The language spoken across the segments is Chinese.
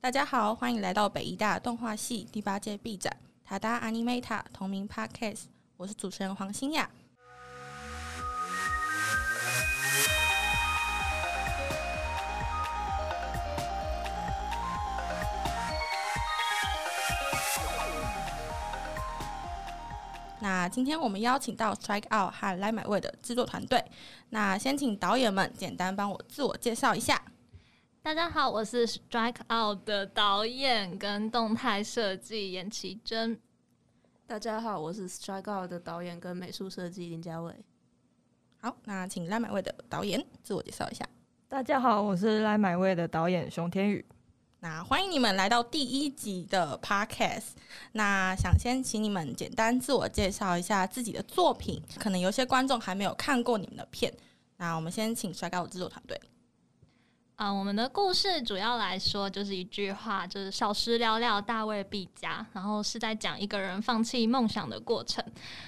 大家好，欢迎来到北医大动画系第八届 B 展《塔达 Animata》同名 Podcast，我是主持人黄欣雅。那今天我们邀请到 Strike Out 和来买味的制作团队。那先请导演们简单帮我自我介绍一下。大家好，我是《Strike Out》的导演跟动态设计严其真。大家好，我是《Strike Out》的导演跟美术设计林家伟。好，那请来买味的导演自我介绍一下。大家好，我是来买味的导演熊天宇。那欢迎你们来到第一集的 Podcast。那想先请你们简单自我介绍一下自己的作品，可能有些观众还没有看过你们的片。那我们先请帅高的制作团队。啊、我们的故事主要来说就是一句话，就是少时了了，大未必佳。然后是在讲一个人放弃梦想的过程。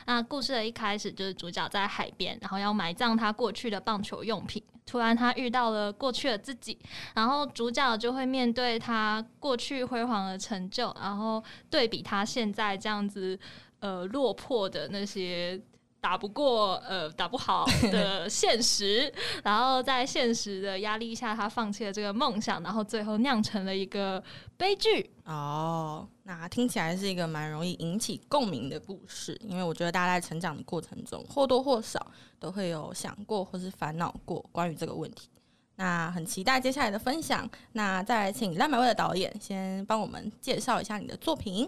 那故事的一开始就是主角在海边，然后要埋葬他过去的棒球用品。突然他遇到了过去的自己，然后主角就会面对他过去辉煌的成就，然后对比他现在这样子呃落魄的那些。打不过，呃，打不好的现实，然后在现实的压力下，他放弃了这个梦想，然后最后酿成了一个悲剧。哦，那听起来是一个蛮容易引起共鸣的故事，因为我觉得大家在成长的过程中，或多或少都会有想过或是烦恼过关于这个问题。那很期待接下来的分享。那再来请烂美味的导演先帮我们介绍一下你的作品。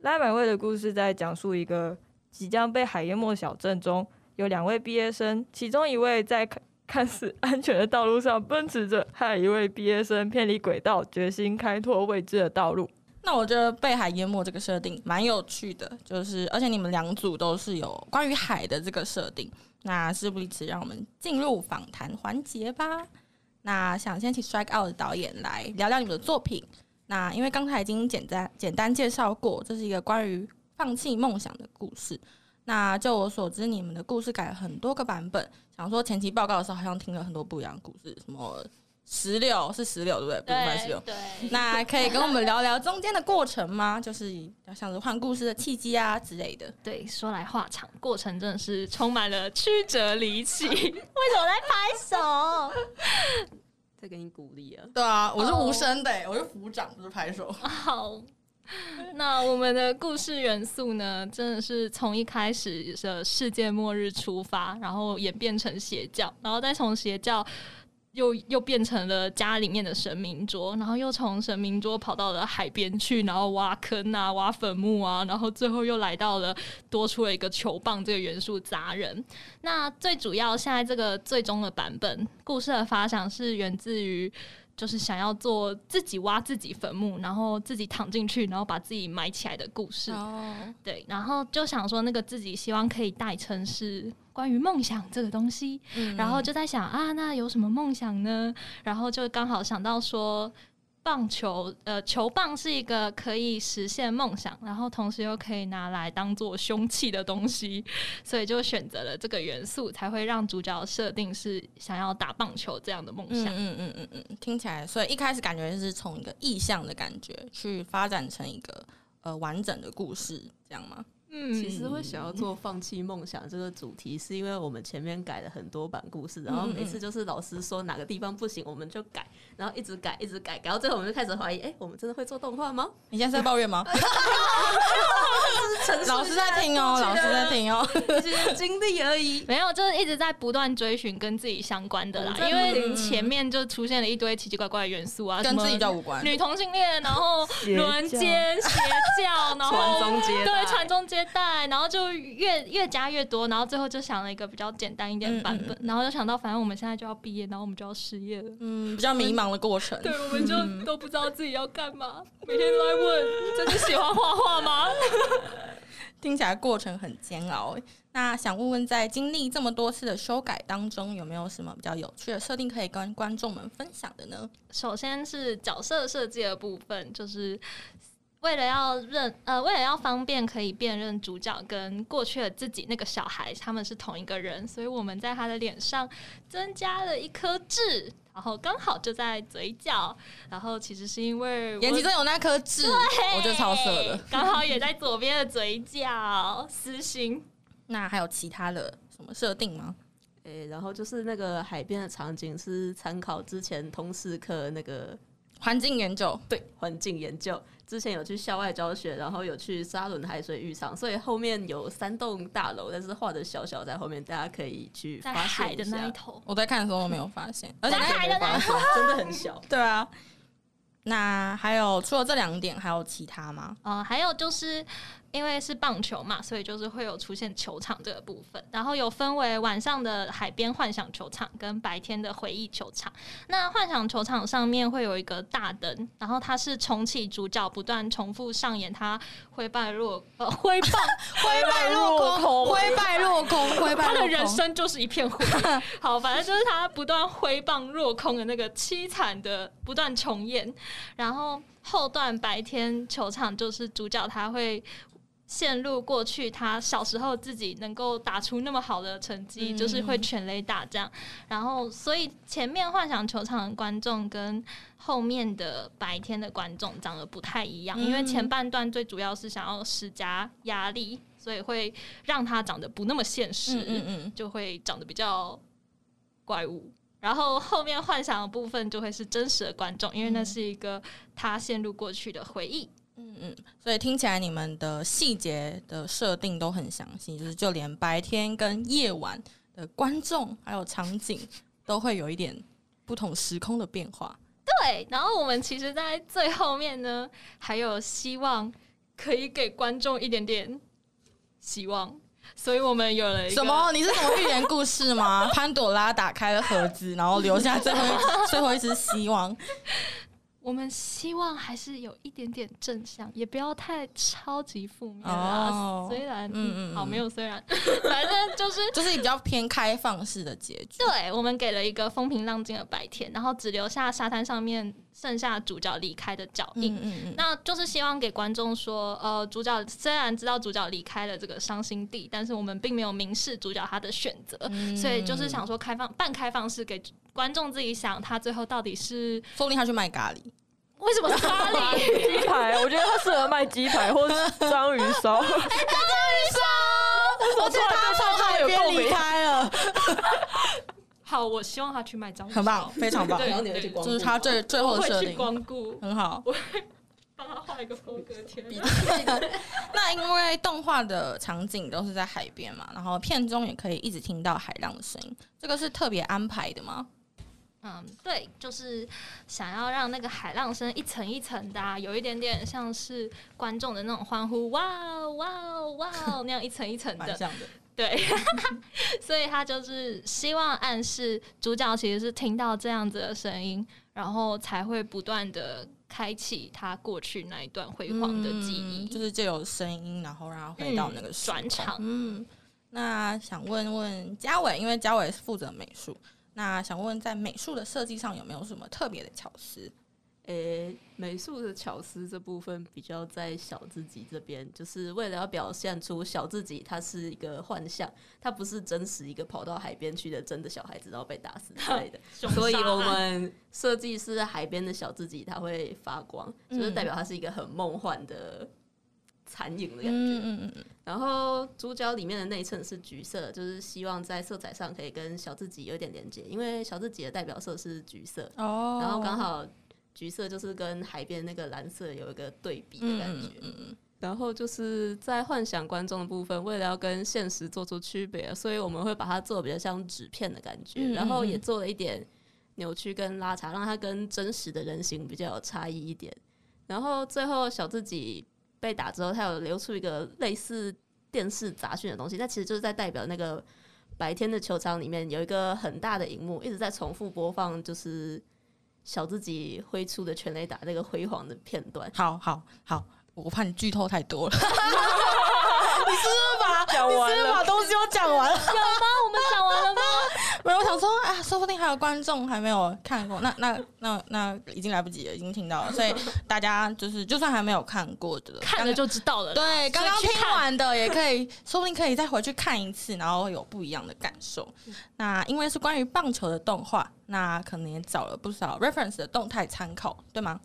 拉买味的故事在讲述一个即将被海淹没的小镇中，有两位毕业生，其中一位在看看似安全的道路上奔驰着，还有一位毕业生偏离轨道，决心开拓未知的道路。那我觉得被海淹没这个设定蛮有趣的，就是而且你们两组都是有关于海的这个设定。那事不宜迟，让我们进入访谈环节吧。那想先请 Strike Out 的导演来聊聊你们的作品。那因为刚才已经简单简单介绍过，这是一个关于放弃梦想的故事。那就我所知，你们的故事改了很多个版本。想说前期报告的时候，好像听了很多不一样的故事，什么石榴是石榴对不对？不是石榴，对， 那可以跟我们聊聊中间的过程吗？就是比较像是换故事的契机啊之类的。对，说来话长，过程真的是充满了曲折离奇。为什么在拍手？再给你鼓励啊！对啊，我是哦无声的、欸，我是鼓掌，不是拍手。好，那我们的故事元素呢，真的是从一开始的世界末日出发，然后演变成邪教，然后再从邪教。又又变成了家里面的神明桌，然后又从神明桌跑到了海边去，然后挖坑啊、挖坟墓啊，然后最后又来到了多出了一个球棒这个元素砸人。那最主要现在这个最终的版本，故事的发想是源自于就是想要做自己挖自己坟墓，然后自己躺进去，然后把自己埋起来的故事。哦，对，然后就想说那个自己希望可以代称是关于梦想这个东西，嗯然后就在想啊，那有什么梦想呢？然后就刚好想到说。棒球，呃，球棒是一个可以实现梦想，然后同时又可以拿来当做凶器的东西，所以就选择了这个元素，才会让主角设定是想要打棒球这样的梦嗯想。嗯嗯嗯嗯嗯，听起来，所以一开始感觉是从一个意象的感觉去发展成一个呃完整的故事，这样吗？嗯其实会想要做放弃梦想这个主题，是因为我们前面改了很多版故事，然后每次就是老师说哪个地方不行，我们就改，然后一直改，一直改，改到最后我们就开始怀疑，哎、我们真的会做动画吗？你现在是在抱怨 吗？老师在听哦，老师在听 哦。这些经历而已。没有，就是一直在不断追寻跟自己相关的啦我，们在因不为停前面就出现了一堆奇奇怪怪的元素啊，跟什么自己就无关女同性恋，然后邪教轮奸、邪教，然传后宗接代对传宗接代，然后就越越加越多，然后最后就想了一个比较简单一点的版嗯本，然后就想到反正我们现在就要毕业，然后我们就要失业了。嗯，比较迷茫的过程。对，我们就都不知道自己要干嘛，每天都在 问：真的喜欢画画吗？听起来过程很煎熬欸。那想问问，在经历这么多次的修改当中，有没有什么比较有趣的设定可以跟观众们分享的呢？首先是角色设计的部分，就是为了要认呃，为了要方便可以辨认主角跟过去的自己那个小孩他们是同一个人，所以我们在他的脸上增加了一颗痣，然后刚好就在嘴角，然后其实是因为我延吉真有那颗痣，我觉得超色的。 刚好也在左边的嘴角，私心。那还有其他的什么设定吗？诶、然后就是那个海边的场景是参考之前通识课那个环境研究，对环境研究，之前有去校外教学，然后有去沙仑海水浴场，所以后面有三栋大楼，但是画的小小在后面，大家可以去在发现海一的下那一头，我在看的时候没有发 现，而且那在海的那一头，真的很小。对啊。那还有除了这两点，还有其他吗？呃，还有就是因为是棒球嘛，所以就是会有出现球场这个部分，然后有分为晚上的海边幻想球场跟白天的回忆球场。那幻想球场上面会有一个大灯，然后它是重启主角不断重复上演他挥败落呃挥棒，灰败落空，灰败落空，灰败他落的空。人生就是一 片灰。好，反正就是他不断挥棒落空的那个凄惨的不断重演。然后后段白天球场就是主角他会。陷入过去，他小时候自己能够打出那么好的成绩，嗯就是会全垒打这样。然后，所以前面幻想球场的观众跟后面的白天的观众长得不太一样，因为嗯前半段最主要是想要施加压力，所以会让他长得不那么现实。嗯嗯嗯，就会长得比较怪物。然后后面幻想的部分就会是真实的观众，因为那是一个他陷入过去的回忆。嗯嗯，所以听起来你们的细节的设定都很详细，就是就连白天跟夜晚的观众还有场景都会有一点不同时空的变化。对，然后我们其实，在最后面呢，还有希望可以给观众一点点希望，所以我们有了一个什么？你是什么寓言故事 吗？潘朵拉打开了盒子，然后留下最后一最后一丝希 望。我们希望还是有一点点正向，也不要太超级负面啦。哦虽然，嗯嗯嗯嗯，好，没有虽然， 反正就是就是比较偏开放式的结局。对，我们给了一个风平浪静的白天，然后只留下沙滩上面剩下主角离开的脚印。嗯嗯嗯，那就是希望给观众说，呃，主角虽然知道主角离开了这个伤心地，但是我们并没有明示主角他的选择，嗯所以就是想说开放半开放式给观众自己想，他最后到底是说不定他去卖咖喱。为什么是咖喱？鸡排，我觉得他适合卖鸡排或是章鱼烧。哎而且他从海边离开了，好，我希望他去卖章鱼烧，很棒， 非常棒。 对然后你会去光顾就哦是他最最后我的设会去定光顾，很好。帮他画一个风格贴。那因为动画的场景都是在海边嘛，然后片中也可以一直听到海浪的声音，这个是特别安排的吗？嗯，对，就是想要让那个海浪声一层一层的、啊，有一点点像是观众的那种欢呼，哇哦哇哦哇哦那样一层 一层蛮的，像的。对， 所以他就是希望暗示主角其实是听到这样子的声音，然后才会不断的开启他过去那一段辉煌的记忆，嗯就是借由声音，然后让他回嗯到那个时空转场。嗯，那想问问嘉伟，因为嘉伟是负责美术，那想问在美术的设计上有没有什么特别的巧思？诶、美术的巧思这部分比较在小自己这边，就是为了要表现出小自己他是一个幻象，他不是真实一个跑到海边去的真的小孩子，然后被打死之类的。 所以我们设计师海边的小自己，它会发光，嗯就是代表它是一个很梦幻的残影的感觉。嗯嗯嗯然后主角里面的内衬是橘色，就是希望在色彩上可以跟小自己有一点连接，因为小自己的代表色是橘色，嗯，哦然后刚好橘色就是跟海边那个蓝色有一个对比的感觉。嗯嗯嗯然后就是在幻想观众的部分，为了要跟现实做出区别，所以我们会把它做得比较像纸片的感嗯觉，嗯嗯然后也做了一点扭曲跟拉长，让它跟真实的人形比较有差异一点。然后最后小自己被打之后，他有流出一个类似电视杂讯的东西，那其实就是在代表那个白天的球场里面有一个很大的荧幕，一直在重复播放，就是小自己挥出的全垒打那个辉煌的片段。好好好，我怕你剧透太多 了。你是不是把讲完了你是不是把东西都讲完了？ 有吗？我们讲完了吗？没有，我想说啊，说不定还有有观众还没有看过，那那那那已经来不及了，已经听到了， 所以大家就是就算还没有看过的，看了就知道了。对，刚刚去听看完的也可以，说不定可以再回去看一次，然后有不一样的感受。嗯那因为是关于棒球的动画，那可能也找了不少 reference 的动态参考，对吗？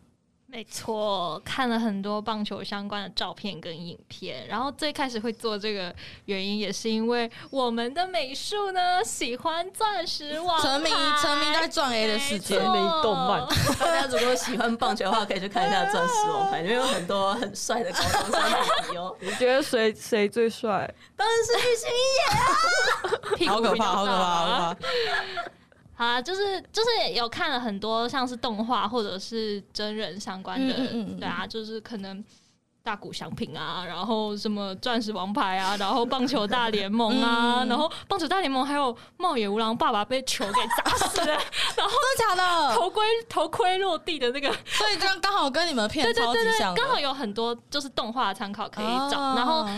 没错，看了很多棒球相关的照片跟影片，然后最开始会做这个原因，也是因为我们的美术呢喜欢钻石王沉迷牌沉迷在撞 A 的世界没，错沉迷动漫大家如果喜欢棒球的话，可以去看一下《钻石王牌》，里面有很多很帅的高中生弟弟哦。你觉得谁谁最帅？当然是玉兴一，屁股好可被怕，咬好可到怕，好了可 怕！好啊，就是就是有看了很多像是动画或者是真人相关的，嗯嗯嗯嗯对啊，就是可能大谷翔平啊，然后什么钻石王牌啊，然后棒球大联盟 啊，嗯然后棒球大联盟还有茂野无郎爸爸被球给砸死 真了，的假的？头盔头盔落地的那个，所以刚刚好跟你们对片对超级对像对，的，刚好有很多就是动画参考可以找，哦然后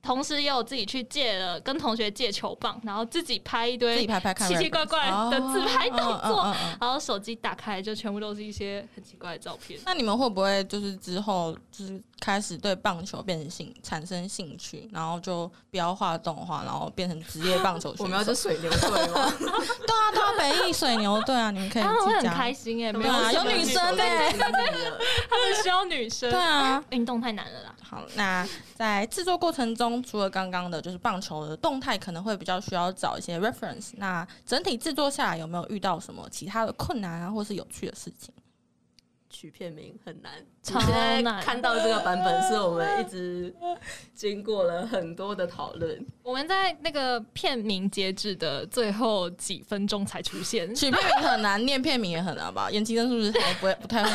同时也有自己去借了跟同学借球棒，然后自己拍一自己堆。拍拍看奇 reference，奇怪怪的自拍动作，哦嗯嗯嗯嗯然后手机打开就全部都是一些很奇怪的照片。那你们会不会就是之后就是开始对棒球变成兴产生兴趣，然后就不要画动画，然后变成职业棒球选手？水牛队吗？对啊，对啊，北艺水牛队啊，你们可以 他们会自己很加开心哎、没对啊，什有么女生呢、他们需要女生对。啊。运动太难了啦，好，那在制作过程中，除了刚刚的就是棒球的动态，可能会比较需要找一些 reference。那整体制作下来，有没有遇到什么其他的困难啊，或是有趣的事情？取片名很难，超你现在难看到这个版本是我们一直经过了很多的讨论，我们在那个片名截止的最后几分钟才出现，取片名很难，念片名也很难吧？延期生是不是还不会不太会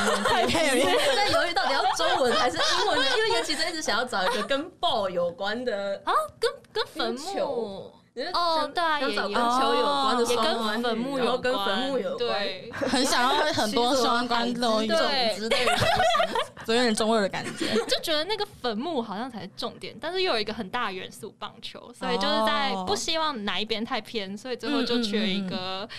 念片名？在犹豫到底要中文还是英文呢？因为尤其是一直想要找一个跟豹有关的，跟跟坟跟墓球你是哦想对啊要也找跟有哦球有关的也双关跟语，坟墓然后有跟关坟墓有关，对，很想要很多相关的东西，种对之类的。总有点中二的感觉。就觉得那个坟墓好像才是重点，但是又有一个很大的元素棒球，所以就是在哦嗯不希望哪一边太偏，所以最后就缺一个。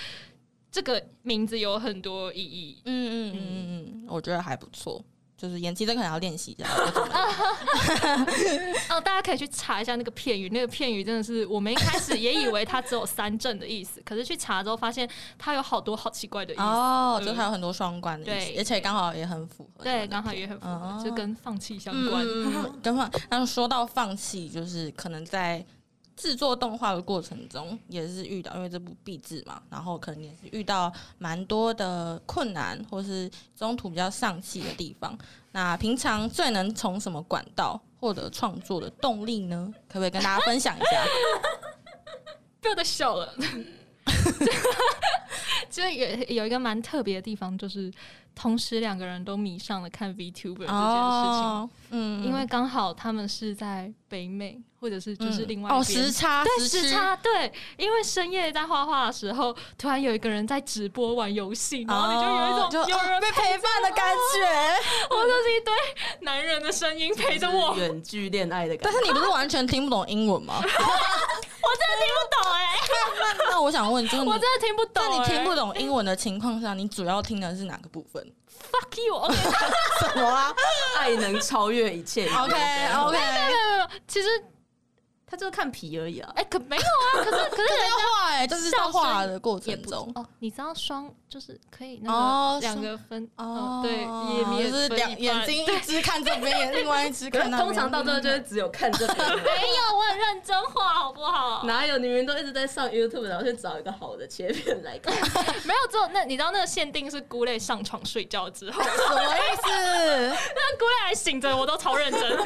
这个名字有很多意义，嗯嗯嗯嗯嗯，我觉得还不错。就是演技，这可能要练习一下。我怎么哦，大家可以去查一下那个片语，那个片语真的是我们一开始也以为它只有三正的意思，可是去查之后发现它有好多好奇怪的意思，哦，嗯就是它有很多双关的意对思，而且刚好也很符合你们对，的刚好片也很符哦合，就跟放弃相嗯关。嗯嗯嗯跟放，然后说到放弃，就是可能在制作动画的过程中，也是遇到，因为这部壁纸嘛，然后可能也是遇到蛮多的困难，或是中途比较丧气的地方。那平常最能从什么管道获得创作的动力呢？可不可以跟大家分享一下？不要再笑 了。就有有一个蛮特别的地方，就是同时两个人都迷上了看 VTuber 这件事情，哦，嗯因为刚好他们是在北美，或者是就是另外嗯哦哦一边时差，对时时区，差，对，因为深夜在画画的时候，突然有一个人在直播玩游戏，然后你就有一种、哦就有人哦被陪伴的感觉。我就是一堆男人的声音陪着我，我就是真的远距恋爱的感但觉。是你不是完全听不懂英文 吗？听不懂哎、那那我想问，就是你我真的听不懂、在嗯欸，你听不懂英文的情况下，你主要听的是哪个部分？ ，fuck you，OK，、 什么啊爱能超越一切。 ？OK 哦 OK，没有没有其实他就是看皮而已啊。哎、可没有啊，可是可是在画哎，就是在笑声画的过也程不中。哦，你知道双就是可以那哦个两个分哦，对，也也就是分两一眼半睛一只看这边，另外一只可看是那边。通常到最后就是只有看这个，没有，我很认真画，好不好？哪有你们都一直在上 YouTube，然后去找一个好的切片来看？没有，只有那你知道那个限定是姑类上床睡觉 之后，什么意思？那姑类还醒着，我都超认 真，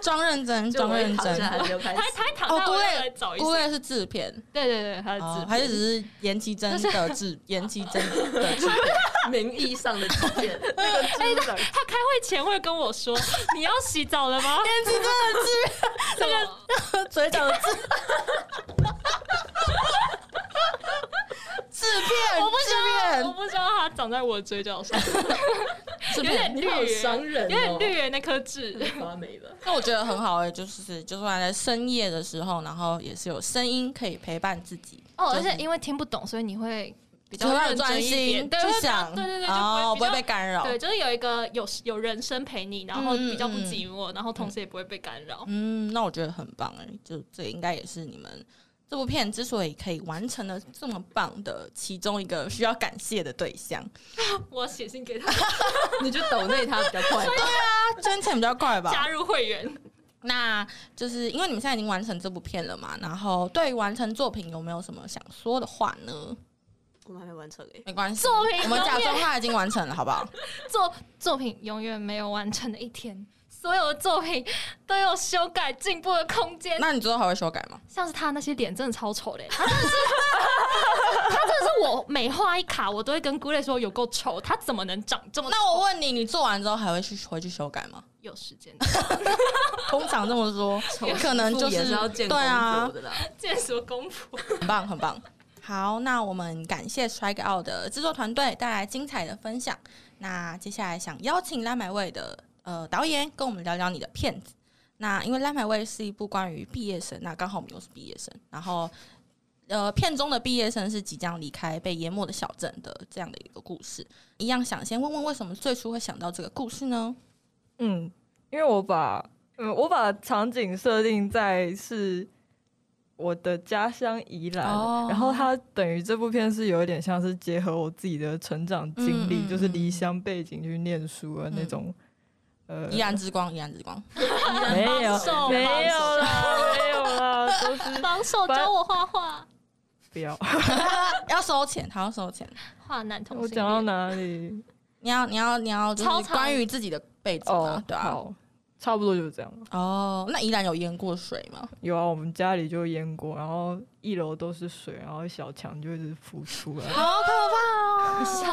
装认真， 就装我一认躺下真。来就开始他。他一躺哦，下孤我就来类找一孤下，类是制片，对对对，他哦的还字是只是延期真的 制延期真的制片？名义上的切片，那个哎，他他开会前会跟 我说你要洗澡了吗？延期真的制这个嘴角的痣， 制片，我不制知道，我片，不知道他长在我的 嘴角上，制有点片。绿你好耶，伤人有点哦绿耶那颗痣。发霉吧？那我觉得很好哎、就是就算在深夜的时候，然后也是有声音可以陪伴自己。哦，就而是且因为听不懂，所以你会比就较会让认你专真一心点，对去对想，对对对，就哦，不不会会被比较。干扰。对，就是有一个有有人声陪你，然后嗯比较不嗯寂寞，然后同时也不会被干扰。嗯，那我觉得很棒哎，就这应该也是你们这部片之所以可以完成的这么棒的其中一个需要感谢的对象。我写信给他你就抖内他比较 快吧。 他捐钱比较快吧？加入会 员，那就是因为你们现在已经完成这部片了嘛，然后对于完成作品有没有什么想说的话呢？我们还没完成欸诶，没关系，作品我们假永装它已经完成了，好不 好？作作品永远没有完成的一天，所有的作品都有修改进步的空间。那你之后还会修改吗？像是他那些脸真的超 丑的，他真的是，他真的是我每画一卡，我都会跟姑类说有够丑，他怎么能长这 么丑？那我问你，你做完之后还会去回去修改吗？有时 间通常这么 说，可能就也是要见对工啊作，的啦。见什么功夫？很棒，很棒。好，那我们感谢 Strike Out 的制作团队带来精彩的分享。那接下来想邀请拉美味的呃导演跟我们聊聊你的片子。那因为拉美味是一部关于毕业生，那刚好我们又是毕业生，然后呃片中的毕业生是即将离开被淹没的小镇的这样的一个故事。一样想先问问为什么最初会想到这个故事呢？ 嗯，因为我把嗯我把场景设定在是我的家乡宜兰，哦然后它等于这部片是有一点像是结合我自己的成长经历，嗯嗯就是嗯离乡背景去念书的那种。呃，依然之光，依然之光。没帮有手没帮有 手啦，没有啦，都是 帮手教我画画，不要。要收钱，他要收钱。画男同我性讲到恋。哪里？你要，你要，你要，就超是长关于自己的背景啊，哦，对啊。好，差不多就是这样。哦，那宜兰有淹过水吗？有啊，我们家里就淹过，然后一楼都是水，然后小强就一直浮出来。 好可怕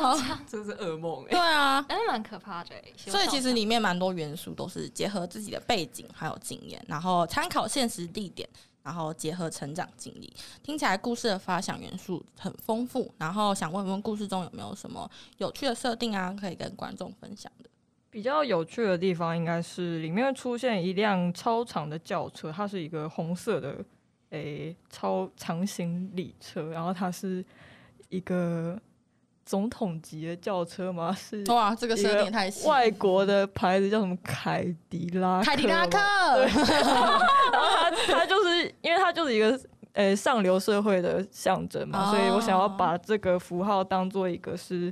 哦！真是噩梦哎、对 啊，哎，蛮可怕的欸。所以其 实里面蛮多元素都是结合自己的背景还有经验，然后参考现实地点，然后结合成长经历。听起来故事的发想元素很丰富，然后想问问故事中有没有什么有趣的设定啊，可以跟观众分享的？ 比较有趣的地方应该是里面会出现一辆超长的轿车，它是一个红色的诶、超长行李车，然后它是一个总统级的轿车吗？是哇，啊这个设定也太细。外国的牌子叫什么凯迪拉克吗？凯迪拉克，然后他 他就是因为他就是一个呃上流社会的象征哦嘛，所以我想要把这个符号当做一个是。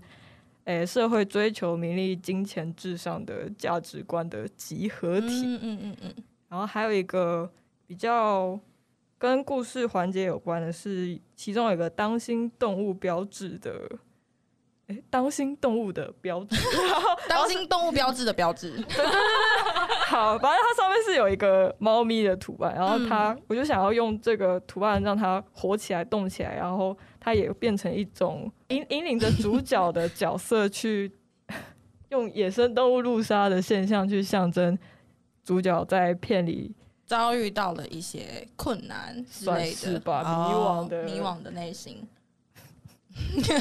呃社会追求名利、金钱至上的价值观的集合体。嗯嗯嗯 嗯，然后还有一个比较跟故事环节有关的是，其中有一个当心动物标志的，诶，当心动物的标志。当心动物标志的标志。好，反正它上面是有一个猫咪的图案，然后它，我就想要用这个图案让它活起来、动起来，然后它也变成一种引引领着主角的角色去用野生动物路杀的现象去象征主角在片里遭遇到了一些困难之类算是的，吧哦迷惘的迷惘的内心。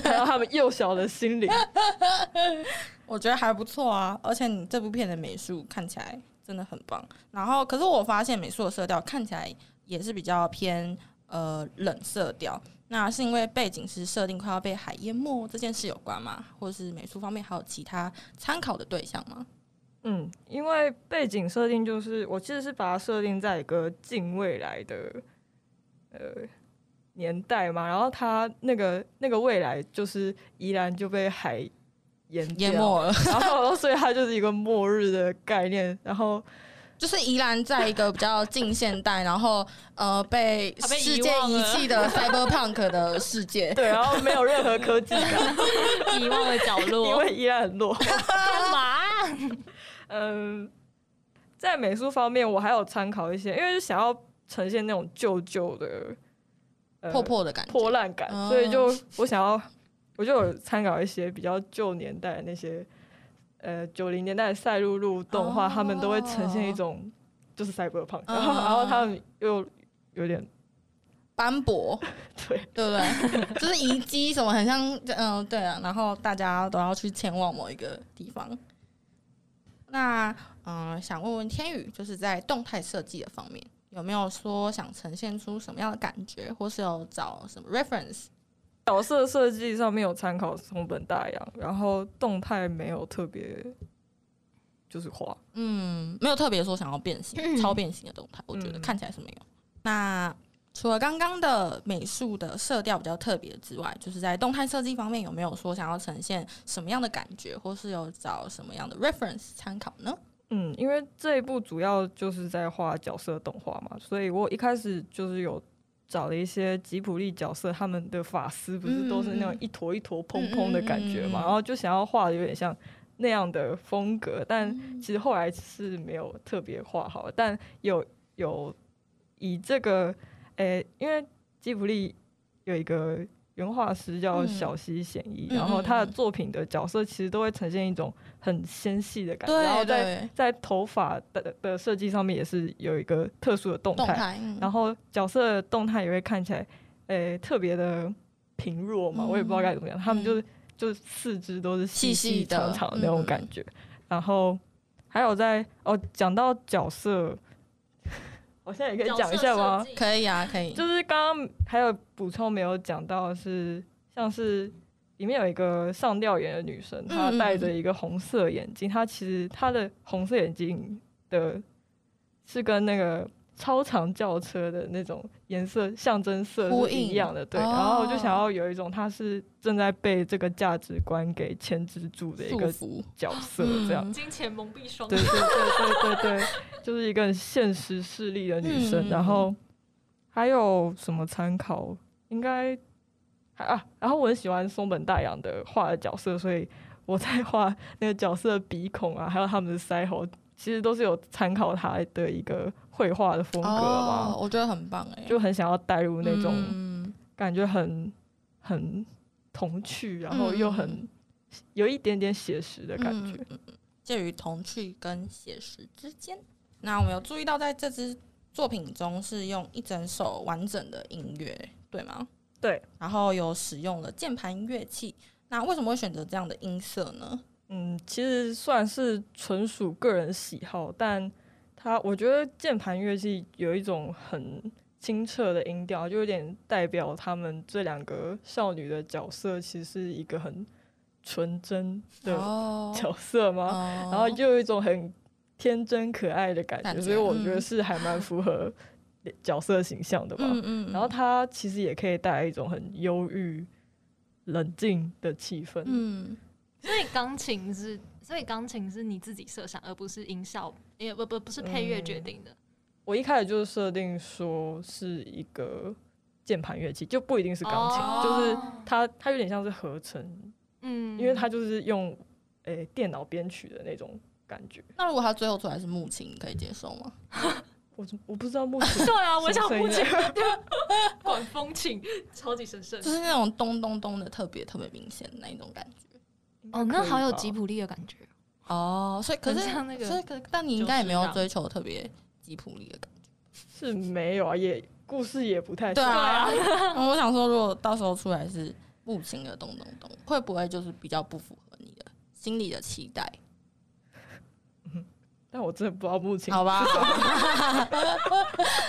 还有他们幼小的心灵。我觉得还不错啊，而且你这部片的美术看起来真的很棒。然后，可是我发现美术的色调看起来也是比较偏呃冷色调，那是因为背景是设定快要被海淹没这件事有关吗？或是美术方面还有其他参考的对象吗？嗯，因为背景设定就是我其实是把它设定在一个近未来的呃年代嘛，然后它那个那个未来就是依然就被海淹淹掉，没了，然后所以它就是一个末日的概念，然后就是宜兰在一个比较近现代，然后呃被它被遗世界忘遗了弃的 cyberpunk 的世界。对，然后没有任何科技感，遗忘的角因 落，为依然 很弱。干嘛？嗯，在美术方面我还有参考一些，因为是想要呈现那种旧旧的、呃破破的感觉，破烂感，哦所以就我想要，我就有参考一些比较旧年代的那些，呃，九零年代的赛璐璐动画，哦他们都会呈现一种就是 cyberpunk，、嗯然后 然后他们又有点斑驳，对，对不对？ 就是遗迹什么，很像，嗯、对啊。然后大家都要去前往某一个地方。那，嗯、想问问天宇，就是在动态设计的方面，有没有说想呈现出什么样的感觉，或是有找什么 reference？角色设计上面有参考松本大洋，然后动态没有特别就是画。嗯，没有特别说想要变形、嗯超变形的动态，我觉得嗯看起来是没有。那除了刚刚的美术的色调比较特别之外，就是在动态设计方面，有没有说想要呈现什么样的感觉，或是有找什么样的 reference 参考呢？嗯，因为这一部主要就是在画角色动画嘛，所以我一开始就是有找了一些吉普力角色，他们的发丝不是都是嗯那嗯种嗯一坨一坨蓬蓬的感觉嗯嗯嗯嘛，嗯嗯然后就想要画的有点像那样的风格，但嗯其实后来是没有特别画好，但有有以这个，诶、因为吉普力有一个原画师叫嗯小西显一，嗯然后他嗯嗯的作品的角色其实都会呈现一种很纤细的感觉，然后对在对，在头发的的设计上面也是有一个特殊的动态，动态，嗯然后角色的动态也会看起来，诶、特别的贫弱嘛，嗯我也不知道该怎么样，他们就是就是四肢都是细细细的长长的那种感觉，嗯然后还有在哦，讲到角色， 我现在也可以讲一下吗？？可以啊，可以，就是刚刚还有补充没有讲到的是，像是里面有一个上吊眼的女生，嗯她戴着一个红色眼镜，她其实她的红色眼镜的是跟那个超长轿车的那种颜色象征色呼是应一样的，对。哦然后我就想要有一种她是正在被这个价值观给牵制住的一束个缚，角色，这样。嗯金钱蒙蔽双对对对对对对，就是一个很现实势力的女生。嗯然后还有什么参考？应该还啊，然后我很喜欢松本大洋的画的角色，所以我在画那个角色的鼻孔啊，还有他们的腮红，其实都是有参考他的一个绘画的风格嘛，哦，我觉得很棒哎，就很想要带入那种嗯感觉很很童趣，然后嗯又嗯很有一点点写实的感觉。嗯嗯嗯介于童趣跟写实之间。那我们有注意到，在这支作品中是用一整首完整的音乐，对吗？对。然后有使用了键盘乐器，那为什么会选择这样的音色呢？嗯，其实算是纯属个人喜好，但它我觉得键盘乐器有一种很清澈的音调，就有点代表他们这两个少女的角色其实是一个很纯真的哦 角色嘛，然 然后又有一种很天真可爱的感觉，感觉所以我嗯觉得是还蛮符合角色形象的嘛。嗯嗯，然后它其实也可以带来一种很忧郁、冷静的气氛。嗯，所以钢琴是，所以钢琴是你自己设想，而不是音效，也不不不是配乐决定的。我一开始就是设定说是一个键盘乐器，就不一定是钢琴，哦就是它它有点像是合成，嗯，因为它就是用诶、电脑编曲的那种感觉。那如果他最后出来是木琴，你可以接受吗？我怎我不知道目前对 啊，我想什么不声清音管风琴超级神圣就是那种咚咚咚的特别特别明显的那一种感觉。哦，那好有吉谱。普力的感觉。哦，所以可是很像那个所以可但你应该也没有九十追求特别吉普力的感觉。是没有啊，也故事也不太对 像啊，嗯我想说，如果到时候出来是木琴的咚咚咚，会不会就是比较不符合你的心里的期待？但我真的不知道目前好吧，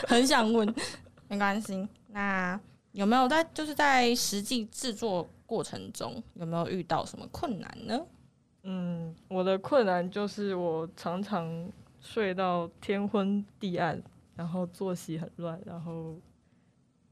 很想问， 没关系。那有没有在就是在实际制作过程中有没有遇到什么困难呢？ 嗯，我的困难就是我常常睡到天昏地暗，然后作息很乱，然后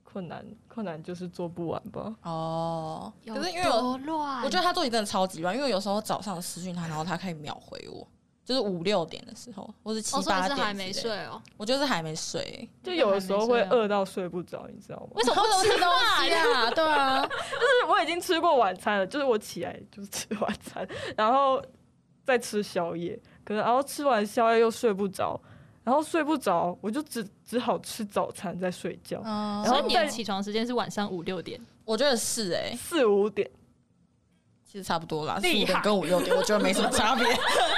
困难困难就是做不完吧。哦，可是因为有我多乱，哦我觉得他作息真的超级乱，因为有时候早上私讯他，然后他可以秒回我，就是五六点的时候，或是七哦，所以八你点、是还没，睡哦？我就是还没睡，就有的时候会饿到睡啊不着，你知道吗？为什么我不怎吃么东西啊？对啊，就是我已经吃过晚餐了，就是我起来就是吃晚餐，然后再吃宵夜，可能然后吃完宵夜又睡不着，然后睡不着，我就只只好吃早餐再睡 觉，嗯，然然后啊所以后你再的起床时间是晚上五六点，我觉得是哎、四五点。其实差不多啦，四厉害五点跟五六点，我觉得没什么差别。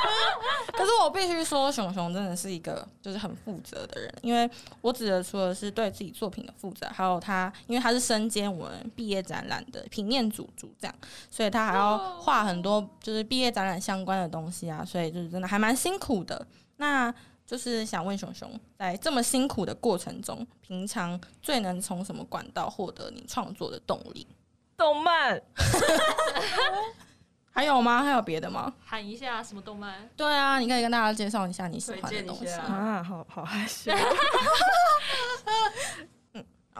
可是我必须说，熊熊真的是一个就是很负责的人，因为我指的除了是对自己作品的负责，还有他，因为他是身兼我们毕业展览的平面组组长，所以他还要哦画很多就是毕业展览相关的东西啊，所以就是真的还蛮辛苦的。那就是想问熊熊，在这么辛苦的过程中，平常最能从什么管道获得你创作的动力？动漫，还有吗？还有别的吗？喊一下什么动漫？对啊，你可以跟大家介绍一下你喜欢推的荐一东西下啊。啊，好好害 羞。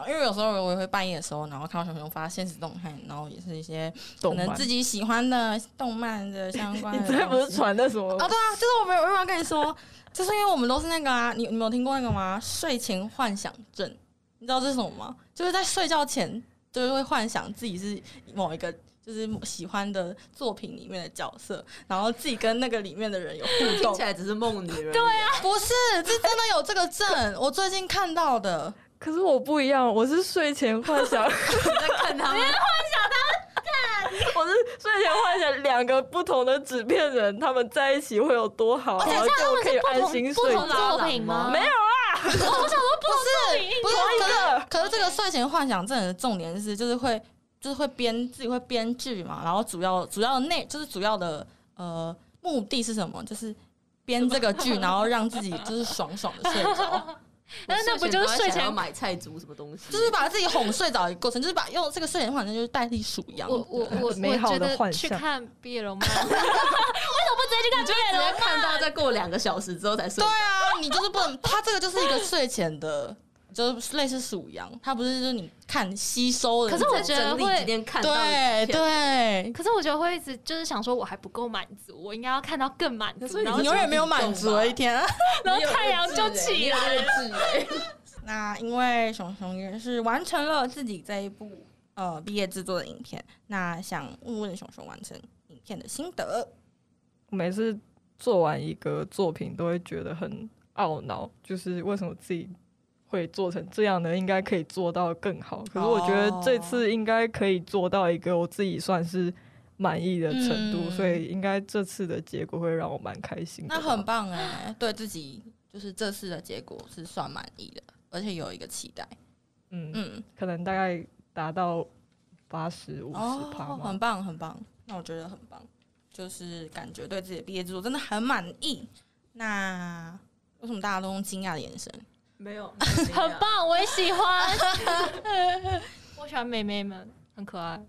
因为有时候我也会半夜的时候，然后看到熊熊发现实动态，然后也是一些可能自己，己喜欢的动漫的相关你的 这不东是西。传的什么？哦，对啊，就是我没有我有要跟你说，就是因为我们都是那个啊，你你们有听过那个吗？睡前幻想症，你知道这是什么吗？就是在睡觉前就是会幻想自己是某一个就是喜欢的作品里面的角色，然后自己跟那个里面的人有互 听动起。来只是梦女人。对啊，不是，这真的有这个症，我最近看到的。可是我不一样，我是睡前幻想，你在看他们， 我是睡前幻想两个不同的纸片人，他们在一起会有多好，然后就可以安心不睡同觉。作品吗？没有啊，我想说不 同作品，不是同，可一是个可是这个睡前幻想症的重点是，就是会就是会编自己会编剧嘛，然后主要主要的内就是主要的呃目的是什么？就是编这个剧，然后让自己就是爽爽的睡 着，但是那不就是睡我前要买菜煮什么东西？就是把自己哄睡着的过程，就是把用这个睡前幻想症就是代替数羊。我我我我美好觉的得幻去想看 BL 漫，为什么不直接去看 BL 直漫接？看到再过两个小时之后才睡对。啊，你就是不能，它这个就是一个睡前的，就是类似数羊，它不是就是你看吸收的。可是我觉得整理会几天看到啊对的片对， 可是我觉得会一直就是想说，我还不够满足，我应该要看到更满可足。是然你后你永远没有满足的一天。啊然后你有太阳就起来了日志欸。你有日志欸那因为熊熊也是完成了自己这一部呃毕业制作的影片，那想问问熊熊完成影片的心得。每次做完一个作品，都会觉得很懊恼，就是为什么自己会做成这样呢？应该可以做到更好。可是我觉得这次应该可以做到一个我自己算是满意的程度，嗯所以应该这次的结果会让我蛮开心的那吧。很棒哎、啊对自己就是这次的结果是算满意的，而且有一个期待。嗯，嗯，可能大概达到八十五十趴哦，很嘛。棒很棒，那我觉得很棒，就是感觉对自己的毕业制作真的很满意。那为什么大家都用惊讶的眼神？ 没有，很。棒，我也喜 欢。我喜欢妹妹们，很可爱。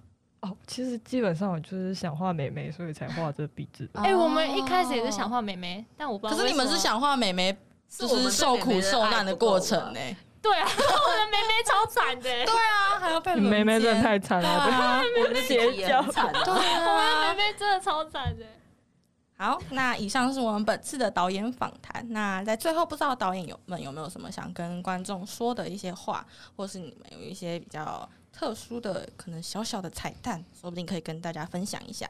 哦，其实基本上我就是想画美眉，所以才画这壁纸。哎、我们一开始也是想画妹妹，但我不知可是道为你什们么是想画美眉，是就我们是受苦受难的啊过程呢、对啊， 我的妹妹超 惨的、对啊，还要被你妹妹真的太惨 了，对啊我们的姐姐很惨啊，对我的啊。妹妹真的超惨 的、好，那以上是我们本次的导演访谈。那在最后，不知道导演有们有没有什么想跟观众说的一些话，或是你们有一些比较特殊的，可能小小的彩蛋，说不定可以跟大家分享一下。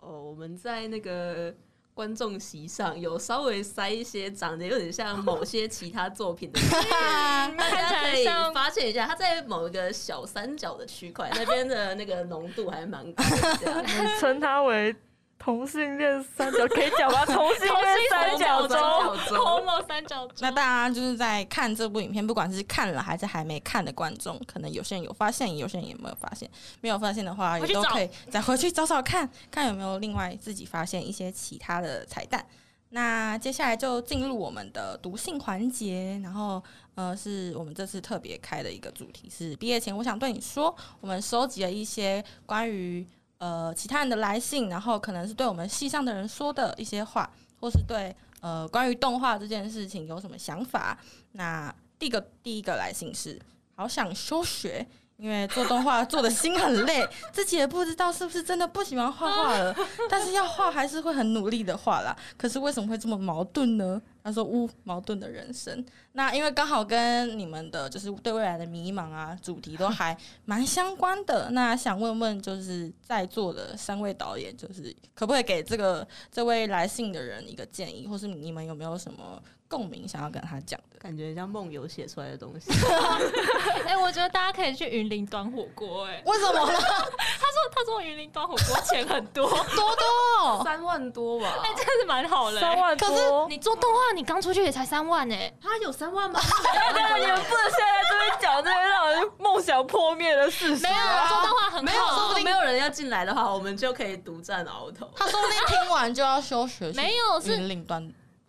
哦，我们在那个观众席上有稍微塞一些长得有点像某些其他作 品的，大看起家可来以像发现一下，它在某一个小三角的区块那边的那个浓度还蛮高的这样。 称它为同性恋三角，可以讲吗？同性恋三角洲， ，homo 三角洲那。大家就是在看这部影片，不管是看了还是还没看的观众，可能有些人有发现，有些人也没有发现。没有发现的话，回也去都找可以再回去找找看， 看有没有另外自己发现一些其他的彩蛋。那接下来就进入我们的读信环节，然后呃，是我们这次特别开的一个主题是毕业前我想对你说，我们收集了一些关于呃其他人的来信，然后可能是对我们系上的人说的一些话，或是对呃关于动画这件事情有什么想法。那第一个第一个来信是好想休学，因为做动画做的心很 累，自己也不知道是不是真的不喜欢画画了，但是要画还是会很努力的画啦。可是为什么会这么矛盾呢？他说：“呜，矛盾的人生。”那因为刚好跟你们的就是对未来的迷茫啊主题都还蛮相关的。 那想问问，就是在座的三位导演，就是可不可以给这个这位来信的人一个建议，或是你们有没有什么共鸣想要跟他讲的？感觉像梦游写出来的东西， 哎、我觉得大家可以去云林端火锅、哎，为什么呢？他说云林端火锅钱很 多，多多，三万多吧？哎、真的是蛮好的、三万多。你做动画，你刚出去也才三万哎、他啊有三万吗？ 但你们不能现在在这边讲这些让人梦想破灭的事没情。有啊做动画很好，没有，说哦不定没有人要进来的话，我们就可以独占鳌头。他说不定听完就要休学，没有是云岭端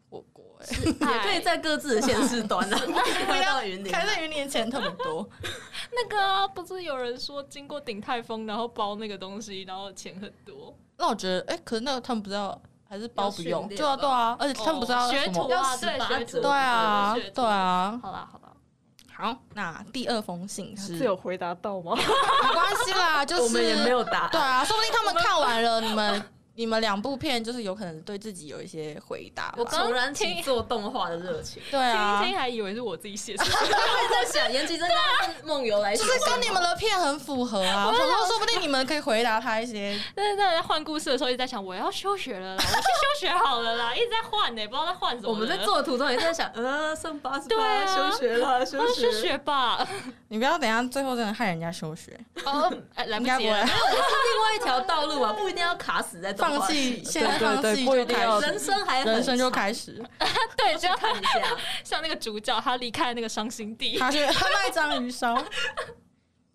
火锅、欸，也 也可以在各自的县市端啊，不一定会到云林。 开在云林的钱特别多。那个啊，不是有人说经过鼎泰丰，然后包那个东西，然后钱很多，那我觉得，哎、可是那个他们不知道，还是包要不训用，练对啊，吧对啊，而且他们不知道哦学什么徒啊，要对18学折徒，对啊学徒，对。啊。好啦好啦，好，那第二封信是是有回答到吗？没关系 啦，就是我们也没有答对案。啊，说不定他们看完了你们你们两部片，就是有可能对自己有一些回答吧。我刚重燃起听做动画的热 情，对听啊一，听还以为是我自己写的，我在想延吉真的跟梦游来，就是跟你们的片很符合啊。我想说，说不定你们可以回答他一些。但是在换故事的时候一直在想，我要休学了啦，我去休学好了啦，一直在换呢、欸不知道在换什么。我们在，做的途中也在想，呃，剩八十对八，啊休学了，我休要休学。学吧。你不要等一下最后真的害人家休学，哦，哎来应不该不及了会。啊也是另外一条道路啊，不一定要卡死在动放画世弃，界现在对放对弃不就一定要开始人生还很人生就长开始。对，就去看一下。像那个主角，他离开那个伤心地。他去他卖章鱼烧。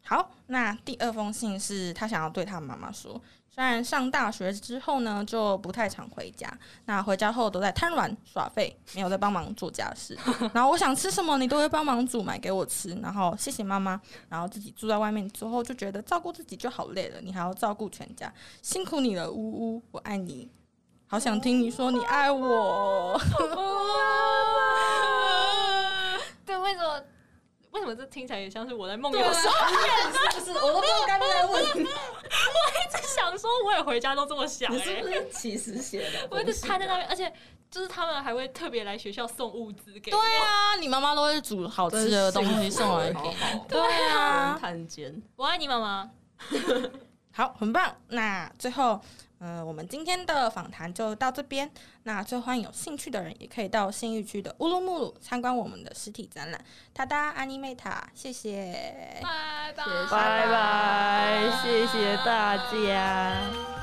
好，那第二封信是他想要对他妈妈说，虽然上大学之后呢，就不太常回家，那回家后都在瘫软耍废，没有在帮忙做家 事。然后我想吃什么，你都会帮忙煮买给我吃，然后谢谢妈妈。然后自己住在外面之后，就觉得照顾自己就好累了，你还要照顾全家，辛苦你了，呜呜，我爱你。好想听你说你爱我，哦 对，为什么？为什么这听起来也像是我在梦游的时候？ 是不是？我都不知道该不该问你，想说我也回家都这么想你哎、是不是其实写的？我一直瘫在那啊边，而且就是他们还会特别来学校送物资给对我。啊，你妈妈都会煮好吃的东西送来给你。你。对啊，探监，我爱你，妈妈。好，很棒。那最后，呃，我们今天的访谈就到这边。那最后欢迎有兴趣的人也可以到信义区的乌鲁木鲁参观我们的实体展览。大大安妮妹塔，谢哎谢。拜拜谢谢拜拜，谢谢大家。